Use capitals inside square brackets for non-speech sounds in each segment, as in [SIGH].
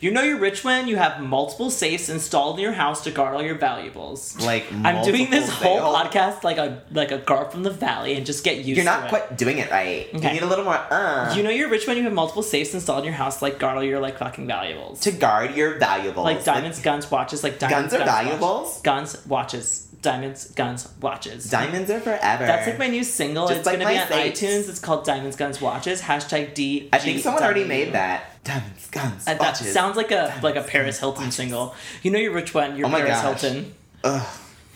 You know you're rich when you have multiple safes installed in your house to guard all your valuables. [LAUGHS] Like I'm doing this multiple whole sales. podcast like a like a girl from the valley, and just get used. You're to not it. quite doing it right. Okay. You need a little more. Uh, You know you're rich when you have multiple safes installed in your house, like guard all your like fucking valuables, to guard your valuables. like diamonds, guns, watches, like diamonds, Guns are watches. valuables? guns, watches, diamonds, guns, watches. diamonds are forever. That's like my new single. Just it's like gonna be my on safes. iTunes. It's called Diamonds, Guns, Watches. Hashtag D. I think someone already made that. Diamonds, guns, That watches. sounds like a like a Paris Hilton single. You know you're rich when you're Oh my Paris gosh. Hilton. Ugh.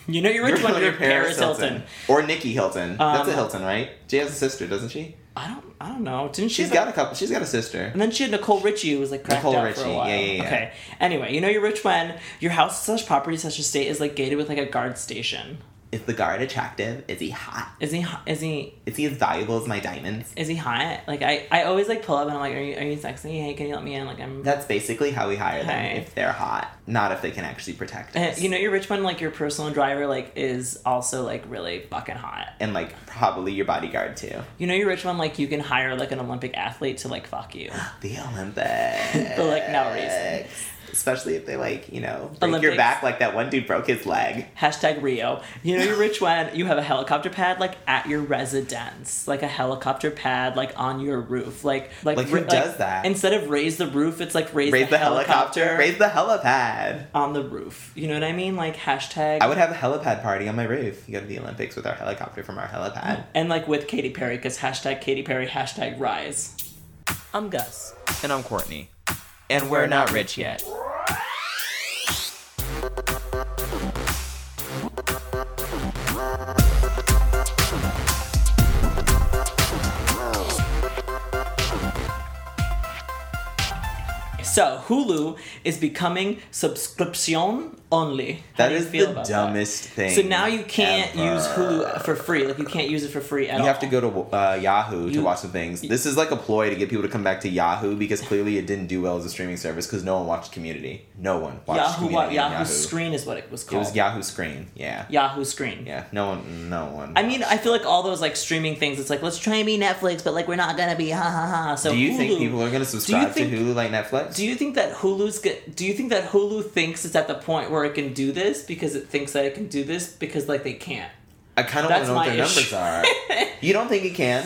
You know you're rich [LAUGHS] when You're you're Paris, Hilton. or Nikki Hilton. That's a Um, Hilton, right? She has a sister, doesn't she? I don't I don't know. Didn't she? She's have a- got a couple. She's got a sister. And then she had Nicole Richie, who was like cracked Nicole out for Richie, a yeah, while. yeah, yeah. Okay. Anyway, you know you're rich when your house slash property slash estate is like gated with like a guard station. Is the guard attractive? Is he hot? Is he hot- is he Is he as valuable as my diamonds? is he hot? Like I I always like pull up and I'm like, are you are you sexy? Hey, can you let me in? Like I'm. That's basically how we hire them. Okay. If they're hot, not if they can actually protect Uh, [LAUGHS] us. you know you're rich when like your personal driver like is also like really fucking hot. and like probably your bodyguard too. You know you're rich when like you can hire like an Olympic athlete to like fuck you. The Olympics. For, like, no reason. Especially if they like you know break your Olympics. back like that one dude broke his leg. Hashtag Rio. You know you're rich when you have a helicopter pad like at your residence, like a helicopter pad like on your roof, like like Like, who ri- does that? Instead of raise the roof, it's like raise, Raise the helicopter. Raise the helipad. on the roof. You know what I mean? Like hashtag I would have a helipad party on my roof. You go to the Olympics with our helicopter from our helipad. and like with Katy Perry because hashtag Katy Perry hashtag Rise. I'm Gus. And I'm Courtney. And we're not rich yet. So Hulu is becoming subscription only. How That do you is feel the about that? dumbest thing. So now you can't ever. use Hulu for free. Like you can't use it for free at all. You have to go to uh, Yahoo to You- watch the things. This is like a ploy to get people to come back to Yahoo because clearly it didn't do well as a streaming service because no one watched Community. No one watched Yahoo, Community. Yahoo, on Screen is what it was It called. was Yahoo Screen. Yeah. Yahoo Screen. Yeah. No one. No one. I mean, I feel like all those like streaming things. It's like let's try and be Netflix, but like we're not gonna be ha ha ha. So do you Hulu- think people are going to subscribe think- to Hulu like Netflix? Do you think that Hulu's get? Do you think that Hulu thinks it's at the point where it can do this because it thinks that it can do this because like they can't? I kind of want That's to know what my their issue. numbers [LAUGHS] are. you don't think it can?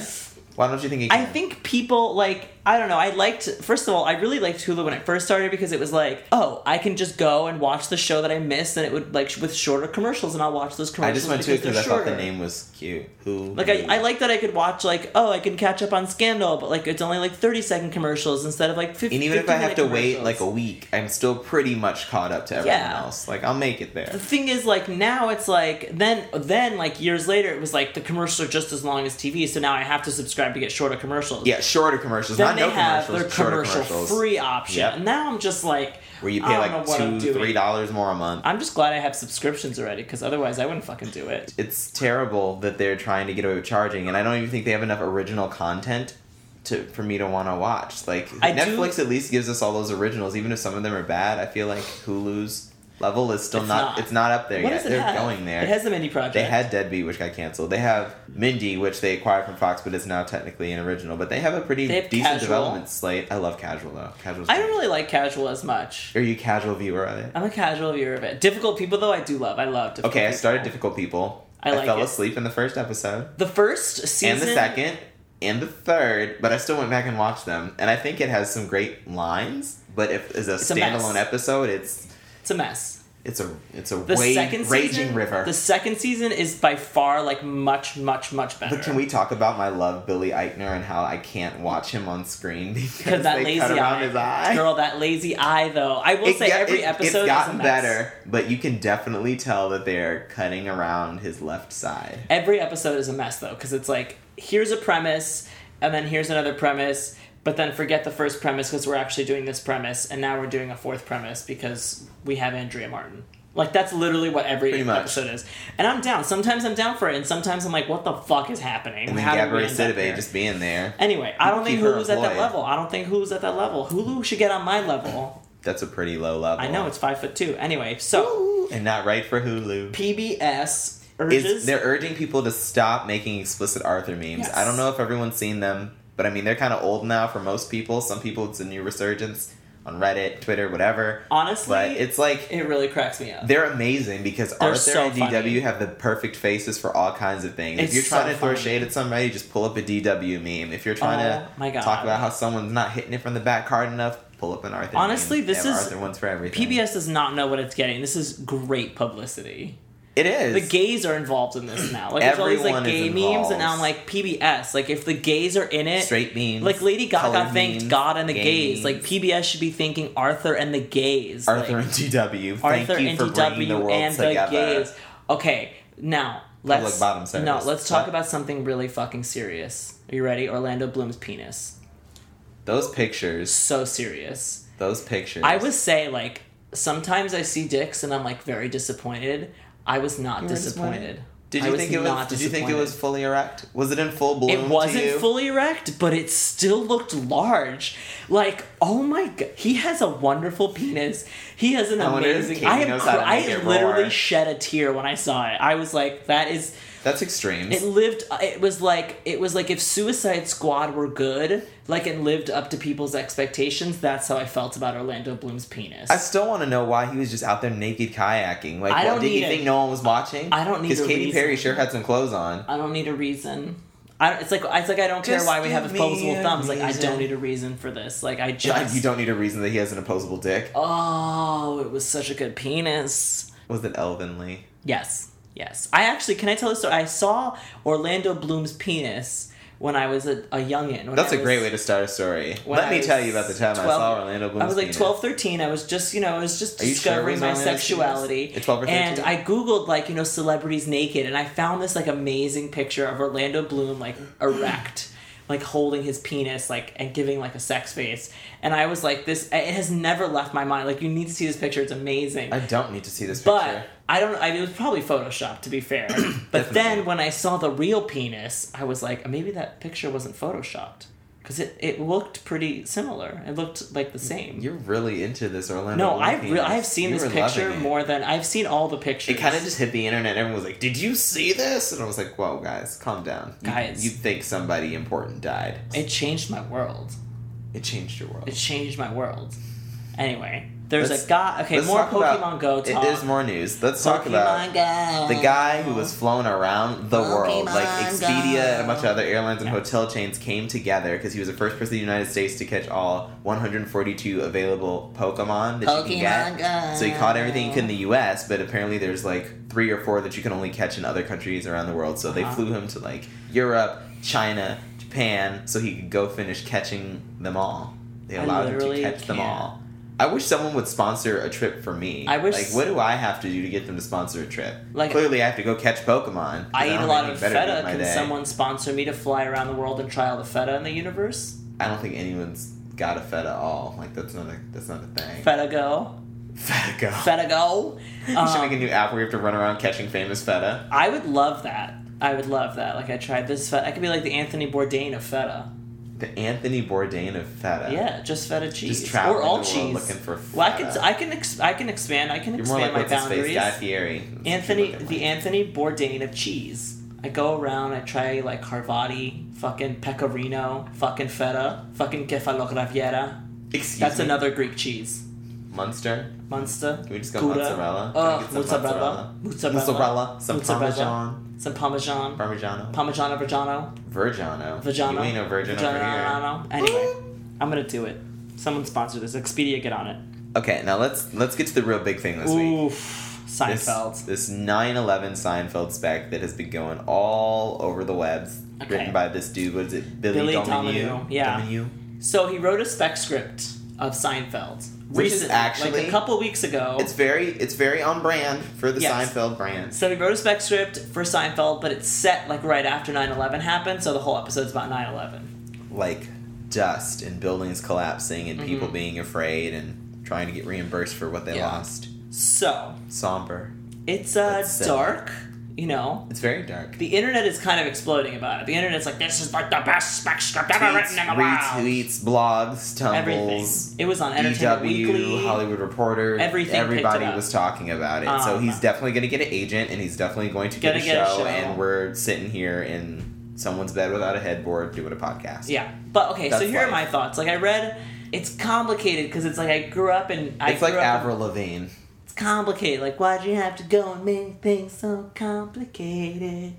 Why don't you think it can? I think people like I don't know. I liked first of all, I really liked Hulu when it first started because it was like, oh, I can just go and watch the show that I missed, and it would like sh- with shorter commercials, and I'll watch those I commercials. just went to it they're because I thought the shorter. name was cute. Who? Like I, I like that I could watch like oh I can catch up on Scandal but like it's only like thirty second commercials instead of like fifty. And even if I have to wait like a week, I'm still pretty much caught up to everyone Yeah. else. Like I'll make it there. The thing is like now it's like then then like years later it was like the commercials are just as long as TV so now I have to subscribe to get shorter commercials. Yeah, shorter commercials, Then not they no have commercials, their shorter commercial commercials. free option. Yep. And now I'm just like where you I pay don't like know what I'm two, doing. three dollars more a month. I'm just glad I have subscriptions already because otherwise I wouldn't fucking do it. it's terrible that they're trying to get away with charging, and I don't even think they have enough original content to for me to want to watch. Like I do- Netflix at least gives us all those originals, even if some of them are bad. I feel like Hulu's level is still It's not, not. It's not up there What yet. does it They're have? going there. It has the mini project. They had Deadbeat, which got canceled. They have Mindy, which they acquired from Fox, but is now technically an original. But they have a pretty They have decent Casual. development slate. I love Casual though. Casual. I don't really like casual as much. Are you a casual viewer of it? I'm a casual viewer of it. Difficult people though I do love. I love difficult. Okay, I started People. Difficult People. I like fell it. asleep in the first episode The first season and the second and the third, but I still went back and watched them. And I think it has some great lines, but if as a a mess. standalone episode, it's It's a mess. it's a it's a The wave- second raging season, river. The second season is by far like much, much, much better. But can we talk about my love Billy Eichner and how I can't watch him on screen [LAUGHS] because Because that they lazy cut around eye, his eye? girl, that lazy eye though. I will say got- every it- episode it's gotten is a mess. better, but you can definitely tell that they're cutting around his left side. Every episode is a mess though, because it's like here's a premise, and then here's another premise, but then forget the first premise because we're actually doing this premise, and now we're doing a fourth premise because we have Andrea Martin. Like that's literally what every Pretty much. episode is, and I'm down. Sometimes I'm down for it, and sometimes I'm like, what the fuck is happening? And then How did we Gabrielle end up here? Sidibe just being there. Anyway, I don't think Keep her Hulu's at that employed. level. I don't think Hulu's at that level. Hulu should get on my level. That's a pretty low level. I know it's five foot two. Anyway, so and not right for Hulu. PBS urges. Is they're urging people to stop making explicit Arthur memes. Yes. I don't know if everyone's seen them, but I mean they're kind of old now for most people. Some people it's a new resurgence. on Reddit, Twitter, whatever. Honestly, But it's like it really cracks me up. they're amazing because Arthur so and DW funny. have the perfect faces for all kinds of things. It's if you're trying so to throw funny. shade at somebody, just pull up a DW meme. If you're trying Oh, my to God. talk about how someone's not hitting it from the back hard enough, pull up an Arthur. meme. Honestly, They this have is- Arthur ones for everything. PBS does not know what it's getting. This is great publicity. It is The gays are involved in this now. Like there's all these like Everyone is gay memes, and now I'm involved. like PBS. Like if the gays are in it, straight memes. like Lady Gaga colored thanked memes, God and the gay gays. Like memes. PBS should be thanking Arthur and the gays. Arthur like, and [LAUGHS] DW. Thank Arthur you and for bringing the DW world and the together. gays. Okay, now let's bottom no. service. Let's talk What? about something really fucking serious. Are you ready? Orlando Bloom's penis. Those pictures. So serious. Those pictures. I would say like sometimes I see dicks and I'm like very disappointed. I was not were disappointed. Did I you think it was? not Did you think it disappointed. was fully erect? Was it in full bloom? It to wasn't you? fully erect, but it still looked large. Like, oh my god, he has a wonderful penis. He has an I wonder if amazing. Katie I am. knows cr- how to I make it literally roar. shed a tear when I saw it. I was like, that is. That's extreme. It lived. It was like it was like if Suicide Squad were good, like it lived up to people's expectations. That's how I felt about Orlando Bloom's penis. I still want to know why he was just out there naked kayaking. Like, I what- don't did he need a- think no one was watching? I don't need Because a Katy Perry reason. sure had some clothes [LAUGHS] on. I don't need a reason. I don't, it's like it's like I don't care Just why we have give me opposable a thumbs. Like I reason. don't need a reason for this. Like I Like, just you don't need a reason that he has an opposable dick. Oh, it was such a good penis. Was it Elvenly? Yes, yes. I actually can I tell a story? I saw Orlando Bloom's penis when I was a, a youngin. when That's I a was- great way to start a story. when Let I me tell you was about the time I 12 saw Orlando Bloom's I was like penis. 12, 13. I was just, you know, I was just Are you sure it discovering was my Orlando Bloom's penis? sexuality. At 12 or And 13? I Googled, like, you know, celebrities naked, and I found this, like, amazing picture of Orlando Bloom, like, erect. [CLEARS THROAT] Like holding his penis, like and giving like a sex face, and I was like, "This it has never left my mind." Like, you need to see this picture; it's amazing. I don't need to see this But picture. I don't. I mean, it was probably Photoshop, to be [CLEARS THROAT] fair. but Definitely. then when I saw the real penis, I was like, maybe that picture wasn't photoshopped because it, it looked pretty similar. It looked like the same. You're really into this Orlando. no, Bloom I've re- penis. I have seen You this were picture loving it. more than I've seen all the It pictures. kind of just hit the internet. Everyone was like, "Did you see this?" And I was like, "Whoa, guys, calm down. You, Guys. you think somebody important died? It, it changed my world. changed your world." It changed my world. Anyway, there's Let's- a guy. Okay, Let's more talk about- Pokemon Go talk. It is more news. Let's talk about Pokemon Go. the guy who was flown around Oh, the world. Like Pokemon Expedia Go. and a bunch of other airlines and Yeah. hotel chains came together because he was the first person in the United States to catch all 142 available Pokemon that you can Pokemon get. Go. So he caught everything you could in the U.S., but apparently there's like three or four that you can only catch in other countries around the world. So they Uh-huh. flew him to like Europe, China, Japan, so he could go finish catching them all. They I allowed him to literally catch them can't. all. I wish someone would sponsor a trip for me. I wish- Like, what do I have to do to get them to sponsor a trip? Like- clearly, I have to go catch Pokemon. 'cause I eat don't a have lot anything of better to do feta. with my Can day. someone sponsor me to fly around the world and try all the feta in the universe? I don't think anyone's got a feta at all. Like, that's not a that's not a thing. Feta go. feta go. feta go. [LAUGHS] you should make a Um, new app where you have to run around catching famous feta. I would love that. I would love that. Like I tried this feta. I could be like the Anthony Bourdain of feta. The Anthony Bourdain of feta. Yeah, just feta cheese traveling or all the world cheese. looking for well, I can feta. I can ex- I can expand. I can You're more expand like my what's his boundaries. face, Guy Fieri. That's what you're Anthony, looking the like. Anthony Bourdain of cheese. I go around. I try like Carvati, fucking Pecorino, fucking feta, fucking Kefalograviera. Excuse That's me? another Greek cheese. Munster. Munster. Can we just go Gouda. mozzarella? Can I Ugh, get some mozzarella. Mozzarella. Mozzarella. Some Mozzarella. Parmesan. Some Parmesan. Parmigiano. Parmigiano Reggiano. Virgino. Vagina. You ain't no virgin over here. Vagina. Anyway, I'm gonna do it. Someone sponsor this. Expedia, get on it. Okay, now let's let's get to the real big thing this week. Oof. This, Seinfeld. this 9/11 Seinfeld spec that has been going all over the webs, Okay. written by this dude. What is it, Billy, Billy Dominu? Dominu, yeah. Dominu? So he wrote a spec script of Seinfeld. Which is recently, actually- like a couple weeks ago. It's very it's very on brand for the Yes. Seinfeld brand. so he wrote a spec script for Seinfeld, but it's set like right after 9-11 happened, so the whole episode's about 9-11. Like dust and buildings collapsing and people being afraid and trying to get reimbursed for what they Mm-hmm. Yeah. lost. So Somber. it's uh That's sad. dark, you know. It's very dark. The internet is kind of exploding about it. The internet's like, this is like the best spec script ever written in the world. retweets, blogs, Everything. tumbles, It was on Entertainment DW, Weekly. E Hollywood Reporter. Everything picked Everybody it up. was talking about it. so Um, he's definitely going to get an agent, and he's definitely going to Gonna get, a, get a show, show. And we're sitting here in someone's bed without a headboard doing a podcast. Yeah, but okay. That's so here life. are my thoughts. Like I read It's complicated because it's like I grew up in. I It's like grew up in- Avril Lavigne. It's complicated. Like why'd you have to go and make things so complicated?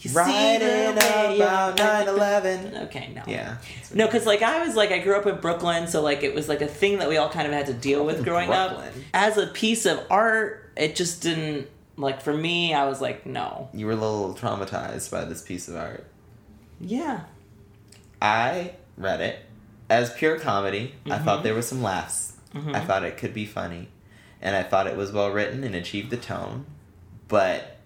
You Writing way about you're- 9 11. Okay, no. Yeah. No, because like I was like I grew up in Brooklyn, so like it was like a thing that we all kind of had to deal with growing up. Brooklyn. As a piece of art, it just didn't like for me. I was like, no, You were a little traumatized by this piece of art. yeah, I read it as pure comedy. I Mm-hmm. thought there were some laughs. I thought it could be funny. And I thought it was well written and achieved the tone. But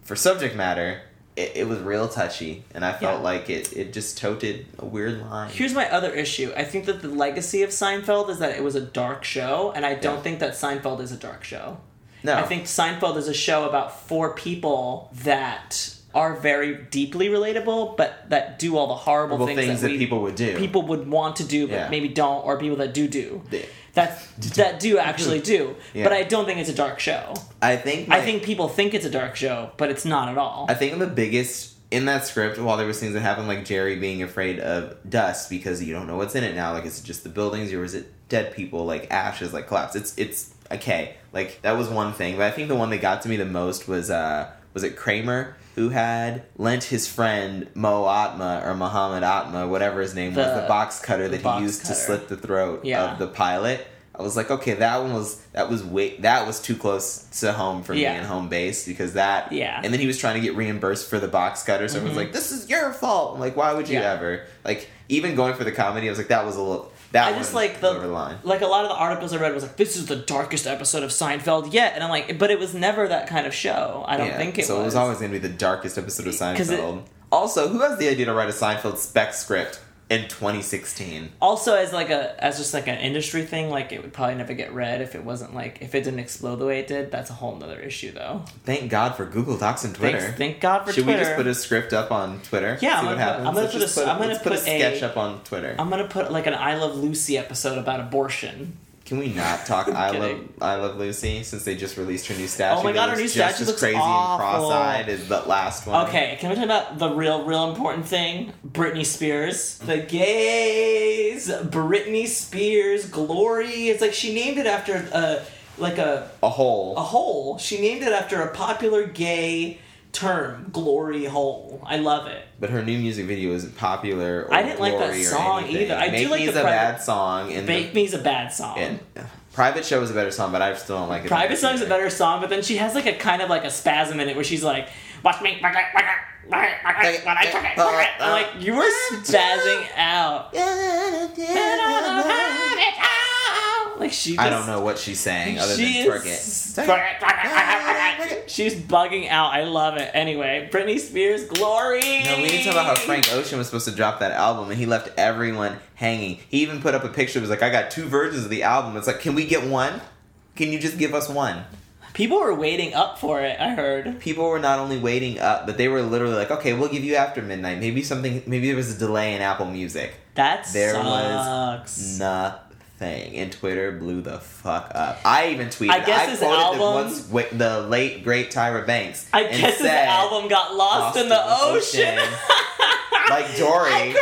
for subject matter, it, it was real touchy. And I felt Yeah. like it, it just toted a weird line. Here's my other issue. I think that the legacy of Seinfeld is that it was a dark show, and I don't Yeah. think that Seinfeld is a dark show. no. I think Seinfeld is a show about four people that are very deeply relatable, but that do all the horrible Well, things, that, we, people would do. people would want to do, but Yeah. maybe don't, or people that do do Yeah. that that do [LAUGHS] actually do. Yeah. But I don't think it's a dark show. I think. I like- think people think it's a dark show, but it's not at all. I think the biggest in that script, while there was things that happened, like Jerry being afraid of dust because you don't know what's in it now. Like, is it just the buildings or is it dead people? Like ashes, like collapse. It's it's okay. Like that was one thing, but I think the one that got to me the most was uh was it Kramer who had lent his friend Mo Atma or Muhammad Atma, whatever his name was, The- the box cutter the that box he used to cutter. slit the throat Yeah. of the pilot. I was like, okay, that one was that was way that was too close to home for Yeah. me and home base because that Yeah. and then he was trying to get reimbursed for the box cutter, so everyone's like, "This is your fault." I'm like, "Why would you Mm-hmm. Yeah. ever?" Like, even going for the comedy, I was like, "That was a little." That I just one like the over line. like a lot of the articles I read was like this is the darkest episode of Seinfeld yet, and I'm like, but it was never that kind of show. I don't Yeah, think it so was. it was always going to be the darkest episode of 'Cause it- Seinfeld. also, who has the idea to write a Seinfeld spec script in 2016? also as like a as just like an industry thing, like it would probably never get read if it wasn't like if it didn't explode the way it did. That's a whole nother issue though. Thank God for Google Docs and Twitter. Thanks, thank God for Should Twitter. we just put a script up on Twitter? Yeah, I'm see what gonna put- happens. I'm gonna Let's put just a- I'm gonna let's put a put a- sketch up on Twitter. I'm gonna put like an I Love Lucy episode about abortion. Can we not [LAUGHS] talk I love kidding. I love Lucy since they just released her new statue? Oh my that God, her new looks just statue as looks crazy awful. and cross-eyed as the last one. Okay, can we talk about the real, real important thing? Britney Spears. The gays. Britney Spears. Glory. It's like she named it after a like a a hole. a hole. She named it after a popular gay term, glory hole. I love it. But her new music video isn't popular. Or I didn't like that glory or song anything. either. I do Make like Me's the a private- bad song. And, Bake the, Me's a bad song. and private show is a better song, but I still don't like it. Private Song's a better song, but then she has like a kind of like a spasm in it where she's like, "Watch me, when I took it." I'm like, you were spazzing [LAUGHS] out. Like she. Just, I don't know what she's saying other she than twerk is- it. She's bugging out. I love it. Anyway, Britney Spears, glory. No, we need to talk about how Frank Ocean was supposed to drop that album and he left everyone hanging. He even put up a picture. It was like, I got two versions of the album. It's like, can we get one? Can you just give us one? People were waiting up for it. I heard. People were not only waiting up, but they were literally like, okay, we'll give you after midnight. Maybe something, maybe there was a delay in Apple Music. That There was sucks. Nothing. And Twitter blew the fuck up. I even tweeted. I guess his quoted album- the, once, wi- the late great Tyra Banks. I and guess his said, album got lost, in the, ocean. [LAUGHS] Like Dory. I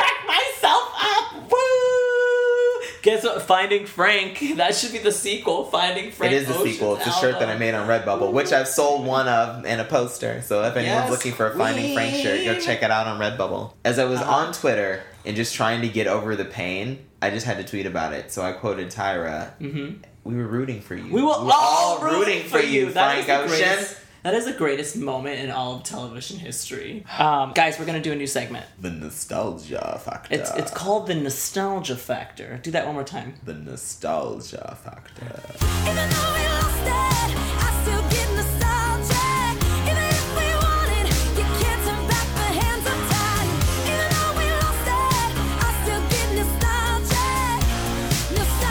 cracked myself up. Woo! Guess what? Finding Frank. That should be the sequel. Finding Frank. It is a Ocean's sequel. It's a shirt that I album. made on Redbubble, which I've sold one of and a poster. So if anyone's Yes, looking for a Finding Frank shirt, go queen. check it out on Redbubble. As I was Uh-huh. on Twitter and just trying to get over the pain, I just had to tweet about it. So I quoted Tyra. Mm-hmm. We were rooting for you. We were all, rooting, for you, That is Frank the Ocean. greatest- that is the greatest moment in all of television history. Um, guys, we're gonna do a new segment. The nostalgia factor. It's it's called the nostalgia factor. Do that one more time. the nostalgia factor. Even though we lost it, I still get nostalgic. Even if we want it, you can't turn back the hands of time. Even though we lost it, I still get nostalgic.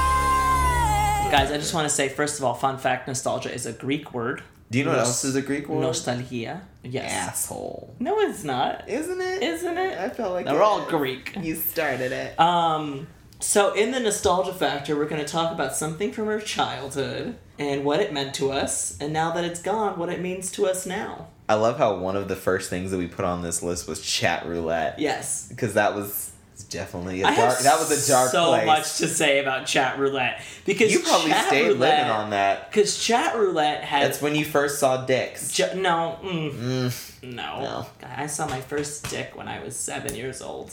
Nostalgic. Guys, I just want to say first of all, fun fact: nostalgia is a Greek word. Do you know what Nos- else is a Greek word? Nostalgia. Yes. Asshole. No, it's not. Isn't it? Isn't it? I felt like They're it all is. Greek. You started it. Um, so in the nostalgia factor, we're going to talk about something from our childhood and what it meant to us, and now that it's gone, what it means to us now. I love how one of the first things that we put on this list was chat roulette. Yes. Because that was It's definitely a I dark. have That was a dark so place. much to say about chat roulette because you probably chat stayed roulette, living on that. because chat roulette had That's when you first saw dicks. ju- no, mm, Mm, no No. I saw my first dick when I was seven years old.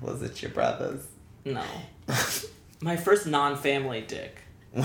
was it your brother's? [LAUGHS] No, my first non-family dick. when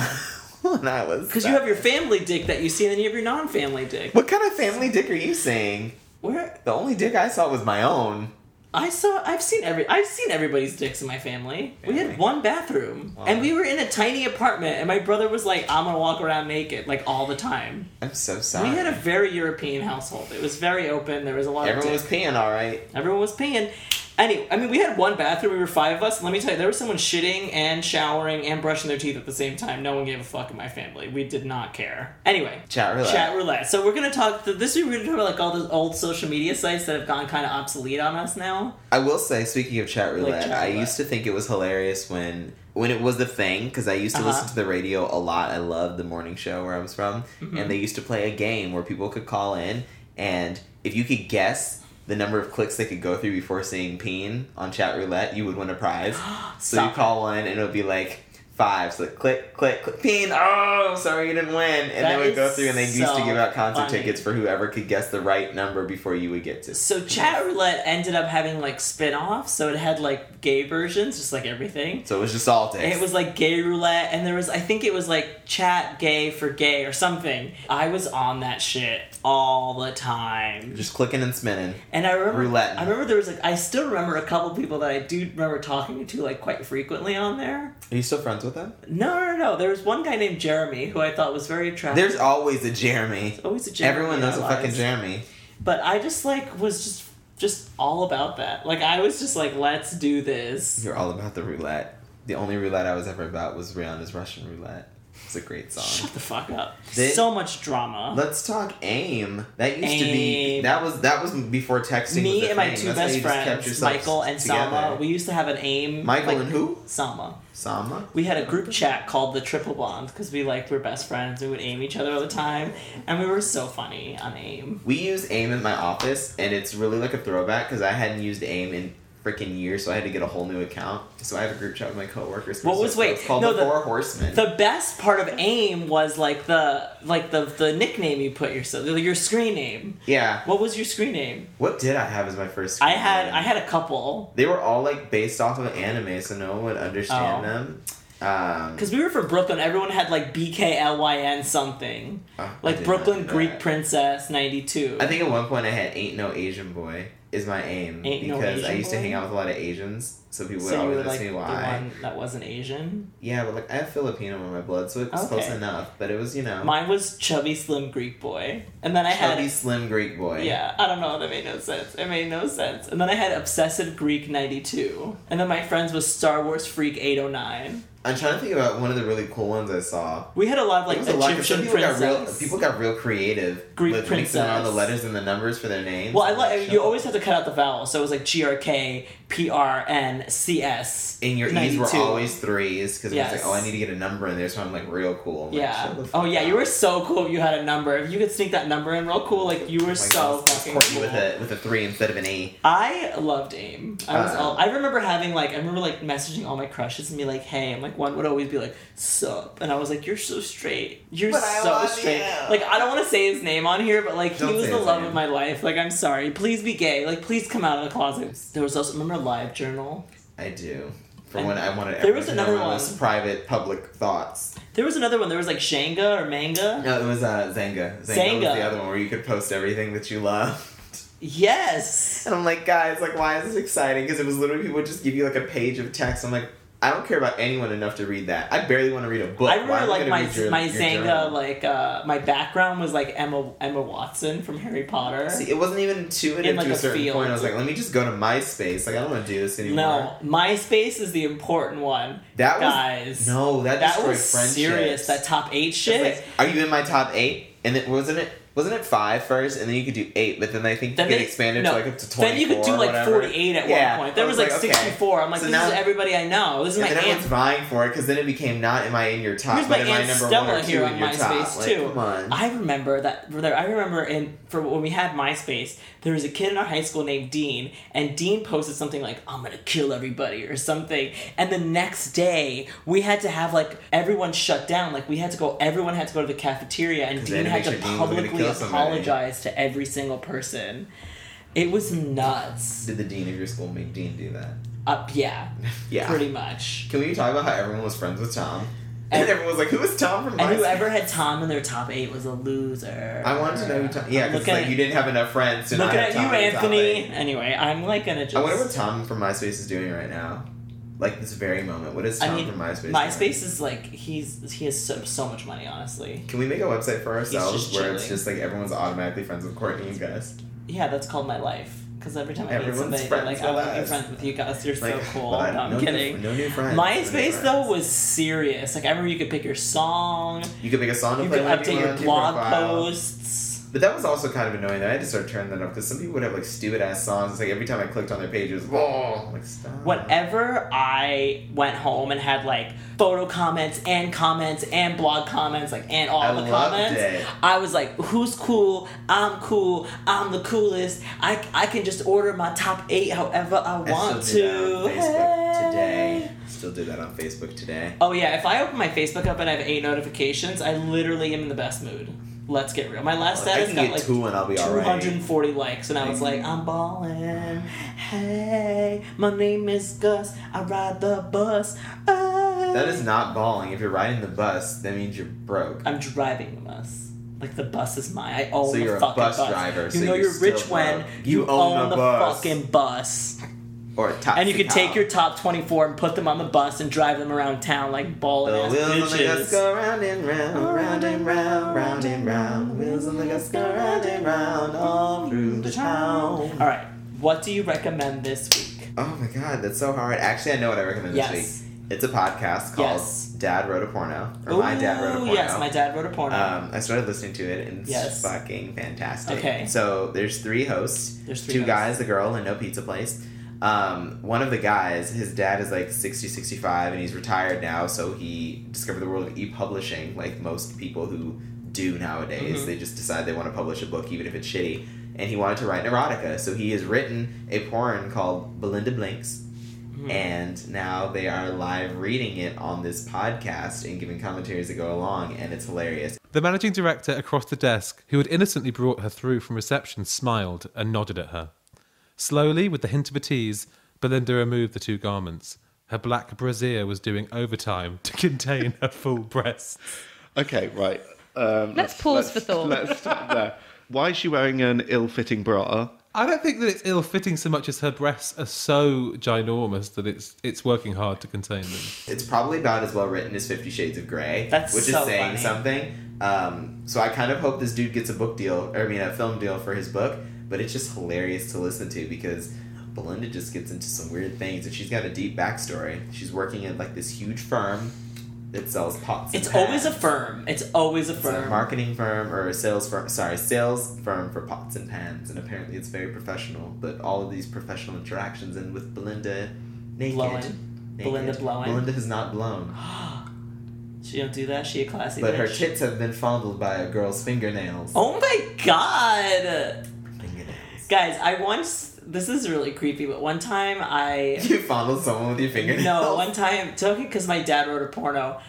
I was. Because you have your family dick that you see, and then you have your non-family dick. What kind of family dick are you saying? Where The only dick I saw was my own. I saw, I've seen every, I've seen everybody's dicks in my family. We Really? had one bathroom, Wow. and we were in a tiny apartment, and my brother was like, "I'm gonna walk around naked, like all the time." I'm so sorry. We had a very European household. It was very open. There was a lot Everyone of was dick. peeing, all right. everyone was peeing. Anyway, I mean, we had one bathroom. We were five of us. and Let me tell you, there was someone shitting and showering and brushing their teeth at the same time. No one gave a fuck in my family. We did not care. Anyway, Chat roulette. Chat roulette. So we're gonna talk. This week we're gonna talk about like all the old social media sites that have gone kind of obsolete on us now. I will say, speaking of chat roulette, chat I roulette. used to think it was hilarious when when it was a thing because I used to Uh-huh. listen to the radio a lot. I loved the morning show where I was from, Mm-hmm. and they used to play a game where people could call in, and if you could guess the number of clicks they could go through before seeing peen on chat roulette, you would win a [GASPS] prize. so Stop you it. call one, and it would be like. Five, so click, click, click, peen. Oh, sorry you didn't win. And That they would go is through and they used to so give out concert funny. tickets for whoever could guess the right number before you would get to. So chat roulette ended up having like spin-offs. So it had like gay versions, just like everything. So it was just all dicks. And it was like gay roulette, and there was I think it was like chat gay for gay or something. I was on that shit all the time. Just clicking and spinning. And I remember, Roulette. I remember there was like I still remember a couple people that I do remember talking to like quite frequently on there. Are you still friends with them? No, no, no. There was one guy named Jeremy who I thought was very attractive. There's always a Jeremy. always a Jeremy. Everyone in knows our a fucking lives. Jeremy. But I just like was just just all about that. Like I was just like, let's do this. You're all about the roulette. The only roulette I was ever about was Rihanna's Russian Roulette. It's a great song. Shut the fuck up. They- so much drama. Let's talk aim. That used to be AIM. that was that was before texting. was Me a and my thing. two That's how best you just kept friends, yourselves Michael and Sama, together. we used to have an aim. Michael like, and who? Sama. Sama. We had a group chat called the Triple Bond because we like were best friends. We would aim each other all the time, and we were so funny on aim. We use aim in my office, and it's really like a throwback because I hadn't used aim in freaking years, so I had to get a whole new account. So I have a group chat with my coworkers. What was- wait, It's called no, the, the- Four Horsemen. The best part of aim was like the like the the nickname you put yourself, your screen name. yeah. What was your screen name? What did I have as my first? I screen had name? I had a couple They were all like based off of anime, so no one would understand Oh. them. Um, because we were from Brooklyn. Everyone had like BKLYN something oh, I like did not Brooklyn do Greek that. Princess ninety two. I think at one point I had "Ain't No Asian Boy" is my aim Ain't No because I Asian used to Boy? hang out with a lot of Asians, so people would so you always were ask like me the why. one that wasn't Asian. Yeah, but like I have Filipino in my blood, so it was close Okay. enough. But it was you know Mine was chubby slim Greek boy, and then I had chubby slim Greek boy. Yeah, I don't know. That made no sense. It made no sense. And then I had Obsessive Greek 92. And then my friends was Star Wars Freak 809. I'm trying to think about one of the really cool ones I saw. We had a lot of like It was a lot. 'cause some Egyptian people got real. princess. People got real creative Greek with mixing all the princess. letters and the numbers for their names. well, I and, like you shit. always have to cut out the vowel, so it was like G R K P R N C S. And your E's were 92. always threes because it Yes. was like, oh, I need to get a number in there, so I'm like real cool. I'm like, Yeah. shut the Oh fuck yeah, up. you were so cool. if You had a number. If you could sneak that number in real cool, like you were Like, so I'll just fucking court you cool. with a with a three instead of an E. I loved AIM. I was Uh, all, I remember having like I remember like messaging all my crushes and be like, hey, and like one would always be like, sup, and I was like, you're so straight, you're But I so love straight. you. Like I don't want to say his name on here, but like Don't he was say the his love name. of my life. Like I'm sorry, please be gay. Like please come out of the closet. There was also remember Live Journal. I do. For And when I wanted there was everyone to know another my most one. private public thoughts. There was another one. There was like Shanga or Manga. No, it was uh, Zanga. Zanga. was Zanga. the other one where you could post everything that you love. Yes. And I'm like, guys, like, why is this exciting? Because it was literally people would just give you like a page of text. I'm like, I don't care about anyone enough to read that. I barely want to read a book. I Why am remember like gonna my read your- my your Zanga journal? like uh, my background was like Emma Emma Watson from Harry Potter. See, it wasn't even intuitive In, like, to a a certain field. point. I was like, let me just go to MySpace. Like, I don't want to do this anymore. No, MySpace is the important one. that was Guys. no, that, That destroyed was friendships. serious. That top eight It's shit. like, are you in my top eight? And then wasn't it wasn't it five first, and then you could do eight, but then I think Then it they- expanded no. to like up to twenty. Then you could do like forty eight at one point. There was, like, sixty four. I'm like, so this now, is everybody I know. This is and my then everyone's aunt. vying for it because then it became not am I in your top, Here's my but am I aunt number one Stella or two here on in your top? MySpace Like, too. come on. I remember that. I remember in for when we had MySpace, there was a kid in our high school named Dean, and Dean posted something like "I'm gonna kill everybody" or something. And the next day, we had to have like everyone shut down. Like we had to go. Everyone had to go to the cafeteria, and they Dean had had to to make sure Dean wasn't gonna publicly kill somebody. apologize to every single person. It was nuts. Did the dean of your school make Dean do that? [LAUGHS] Up, yeah. Yeah. pretty much. Can we talk about how everyone was friends with Tom? And- And, everyone was like, "Who is Tom And from?" MySpace?" whoever had Tom in their top eight was a loser. I wanted to know who Tom. Yeah, because Looking like at- you didn't have enough friends to not Looking have at you, Tom in the top Anthony. eight. Anyway, I'm like gonna just. I wonder what Tom from MySpace is doing right now. Like this very moment. What is Tom I mean, from MySpace? doing? MySpace is like he's he has so, so much money. Honestly, Can we make a website for He's ourselves just where it's chilling. just like everyone's automatically friends with Courtney and Gus? yeah, that's called my life. Because every time I meet Everyone's somebody, they're friends like, with "I want to be us." friends with you guys. You're Like, so [LAUGHS] cool." but I- No, I'm no kidding. New, no new friends. no new MySpace friends. though was serious. Like I remember you could pick your song, you could make a song to you play could when update you your want, blog profile. posts. But that was also kind of annoying. Though. I had to start turning that up because some people would have like stupid ass songs. It's like every time I clicked on their page, it was whoa, like stop. Whenever I went home and had like photo comments and comments and blog comments, like and all I the loved comments, it. I was like, "Who's cool? I'm cool. I'm the coolest. I, I can just order my top eight however I I want still do to." that on um, Facebook Hey. today. Still do that on Facebook today. Oh yeah, if I open my Facebook up and I have eight notifications, I literally am in the best mood. Let's get real. My last I status can got get like two and I'll be alright. 240 likes, and I was like, I'm ballin'. Hey, my name is Gus. I ride the bus. Ah. That is not balling. If you're riding the bus, that means you're broke. I'm driving the bus. Like the bus is mine. I own So the you're a fucking bus driver, You so know you're you're, still rich when broke. You own the bus. fucking bus, Or a top and you to can top. take your top twenty four and put them on the bus and drive them around town like balling The ass wheels on the bitches. bus go round and round, round and round, round and round. Wheels on the bus go round and round all through the town. All right, what do you recommend this week? Oh my god, that's so hard. Actually, I know what I recommend this Yes. week. It's a podcast called Yes. Dad Wrote a Porno. Or My Dad Wrote a Ooh, Porno. Yes, my dad wrote a porno. Um, I started listening to it and it's Yes. fucking fantastic. Okay. So there's three hosts. There's three two hosts. guys, a girl, and no pizza place. Um, one of the guys, his dad is like 60, 65, and he's retired now, so he discovered the world of e publishing, like most people who do nowadays. Mm-hmm. They just decide they want to publish a book, even if it's shitty. And he wanted to write an erotica, so he has written a porn called Belinda Blinks. Mm-hmm. And now they are live reading it on this podcast and giving commentaries that go along, and it's hilarious. The managing director across the desk, who had innocently brought her through from reception, smiled and nodded at her. Slowly, with the hint of a tease, Belinda removed the two garments. Her black brassiere was doing overtime to [LAUGHS] contain her full breasts. Okay, right. Um, Let's pause for thought. Let's [LAUGHS] stop there. Why is she wearing an ill-fitting bra? I don't think that it's ill-fitting so much as her breasts are so ginormous that it's it's working hard to contain them. It's probably about as well written as Fifty Shades of Grey, That's which so is funny. saying something. Um, so I kind of hope this dude gets a book deal, or I mean a film deal for his book. But it's just hilarious to listen to because Belinda just gets into some weird things, and she's got a deep backstory. She's working at like this huge firm that sells pots. and it's always a pans. firm. It's always a It's a firm. marketing firm or a sales firm. Sorry, sales firm for pots and pans, and apparently it's very professional. But all of these professional interactions and with Belinda naked. Blowing. naked. Belinda blowing. Belinda has not blown. She don't do that. She a classy But her bitch. tits have been fondled by a girl's fingernails. Oh my god, Fingernails. [LAUGHS] guys! I once. This is really creepy, but one time [LAUGHS] I You fondled someone with your fingernails? no one time talking because my dad wrote a porno.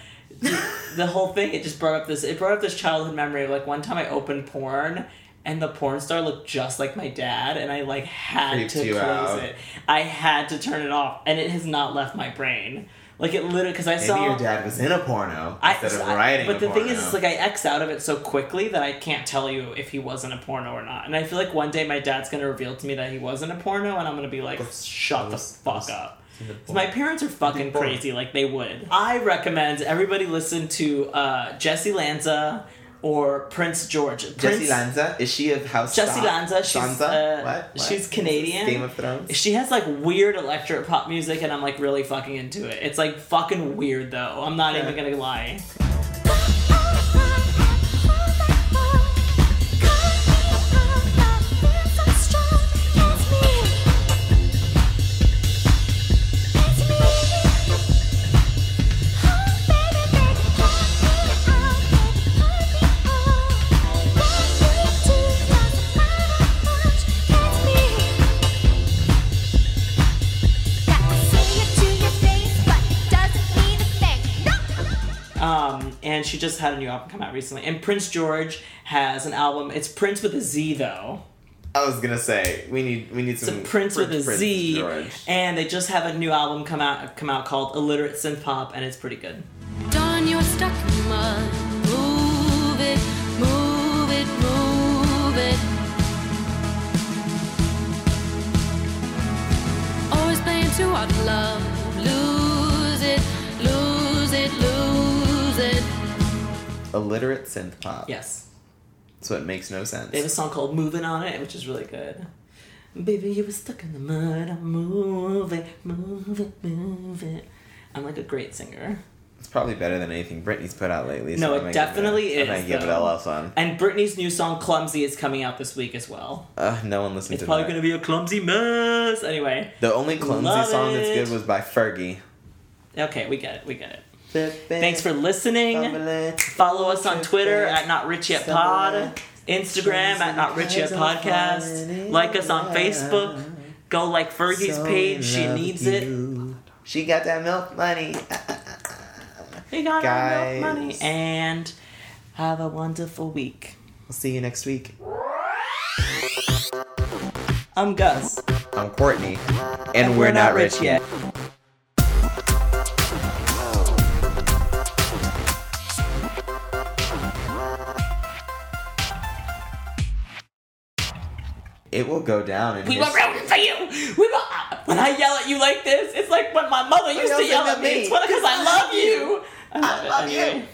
the whole thing it just brought up this it brought up this childhood memory of like one time I opened porn and the porn star looked just like my dad and I like had Creeped to you close out. it. I had to turn it off and it has not left my brain. Like it literally because I Maybe saw your dad was in a porno I, instead of I- writing but a the porno. thing is, is, like I X out of it so quickly that I can't tell you if he wasn't a porno or not. And I feel like one day my dad's gonna reveal to me that he wasn't a porno, and I'm gonna be like, shut the was- fuck up. 'Cause My parents are fucking porn. crazy, like they would. I recommend everybody listen to uh, Jesse Lanza or Prince George. Jessie Prince- Lanza? Is she of House Jessie Sa- Lanza, she's, Sansa? uh, what? What? she's Canadian. Game of Thrones? She has like weird electro pop music, and I'm like really fucking into it. It's like fucking weird though. I'm not even gonna lie. Come Um, and she just had a new album come out recently. And Prince George has an album. It's Prince with a Z though. I was gonna say we need we need It's a some Prince with a Mm, Prince Z. George. And they just have a new album come out come out called Illiterate Synth Pop, and it's pretty good. Dawn, you're stuck in mud. Move it, move it, move it. Always playing too hard to love. Lose it, lose it, lose it. Illiterate synth pop. Yes. So it makes no sense. They have a song called Moving on it, which is really good. Baby, you were stuck in the mud. I'm move it, move it, move it. I'm like a great singer. It's probably better than anything Britney's put out lately. so No, I it might give definitely it, I is, might give it though. a love on. And Britney's new song Clumsy is coming out this week as well. Uh, no one listened It's to probably that. gonna be a clumsy mess. Anyway, the only clumsy Love song that's it. good was by Fergie. okay, we get it, we get it. Thanks for listening. Follow us on Twitter at Not Rich Yet Pod, Instagram at Not Rich Yet Podcast. Like us on Facebook. Go like Fergie's page. She needs it. She got that milk money. We got our Guys. milk money and have a wonderful week. We'll see you next week. I'm Gus, I'm Courtney, and, we're, not, rich yet. It will go down. In We were history. rooting for you. We were. When I yell at you like this, it's like when my mother used to yelled yell at at me. me. It's because I love you. I love, it love you. anyway.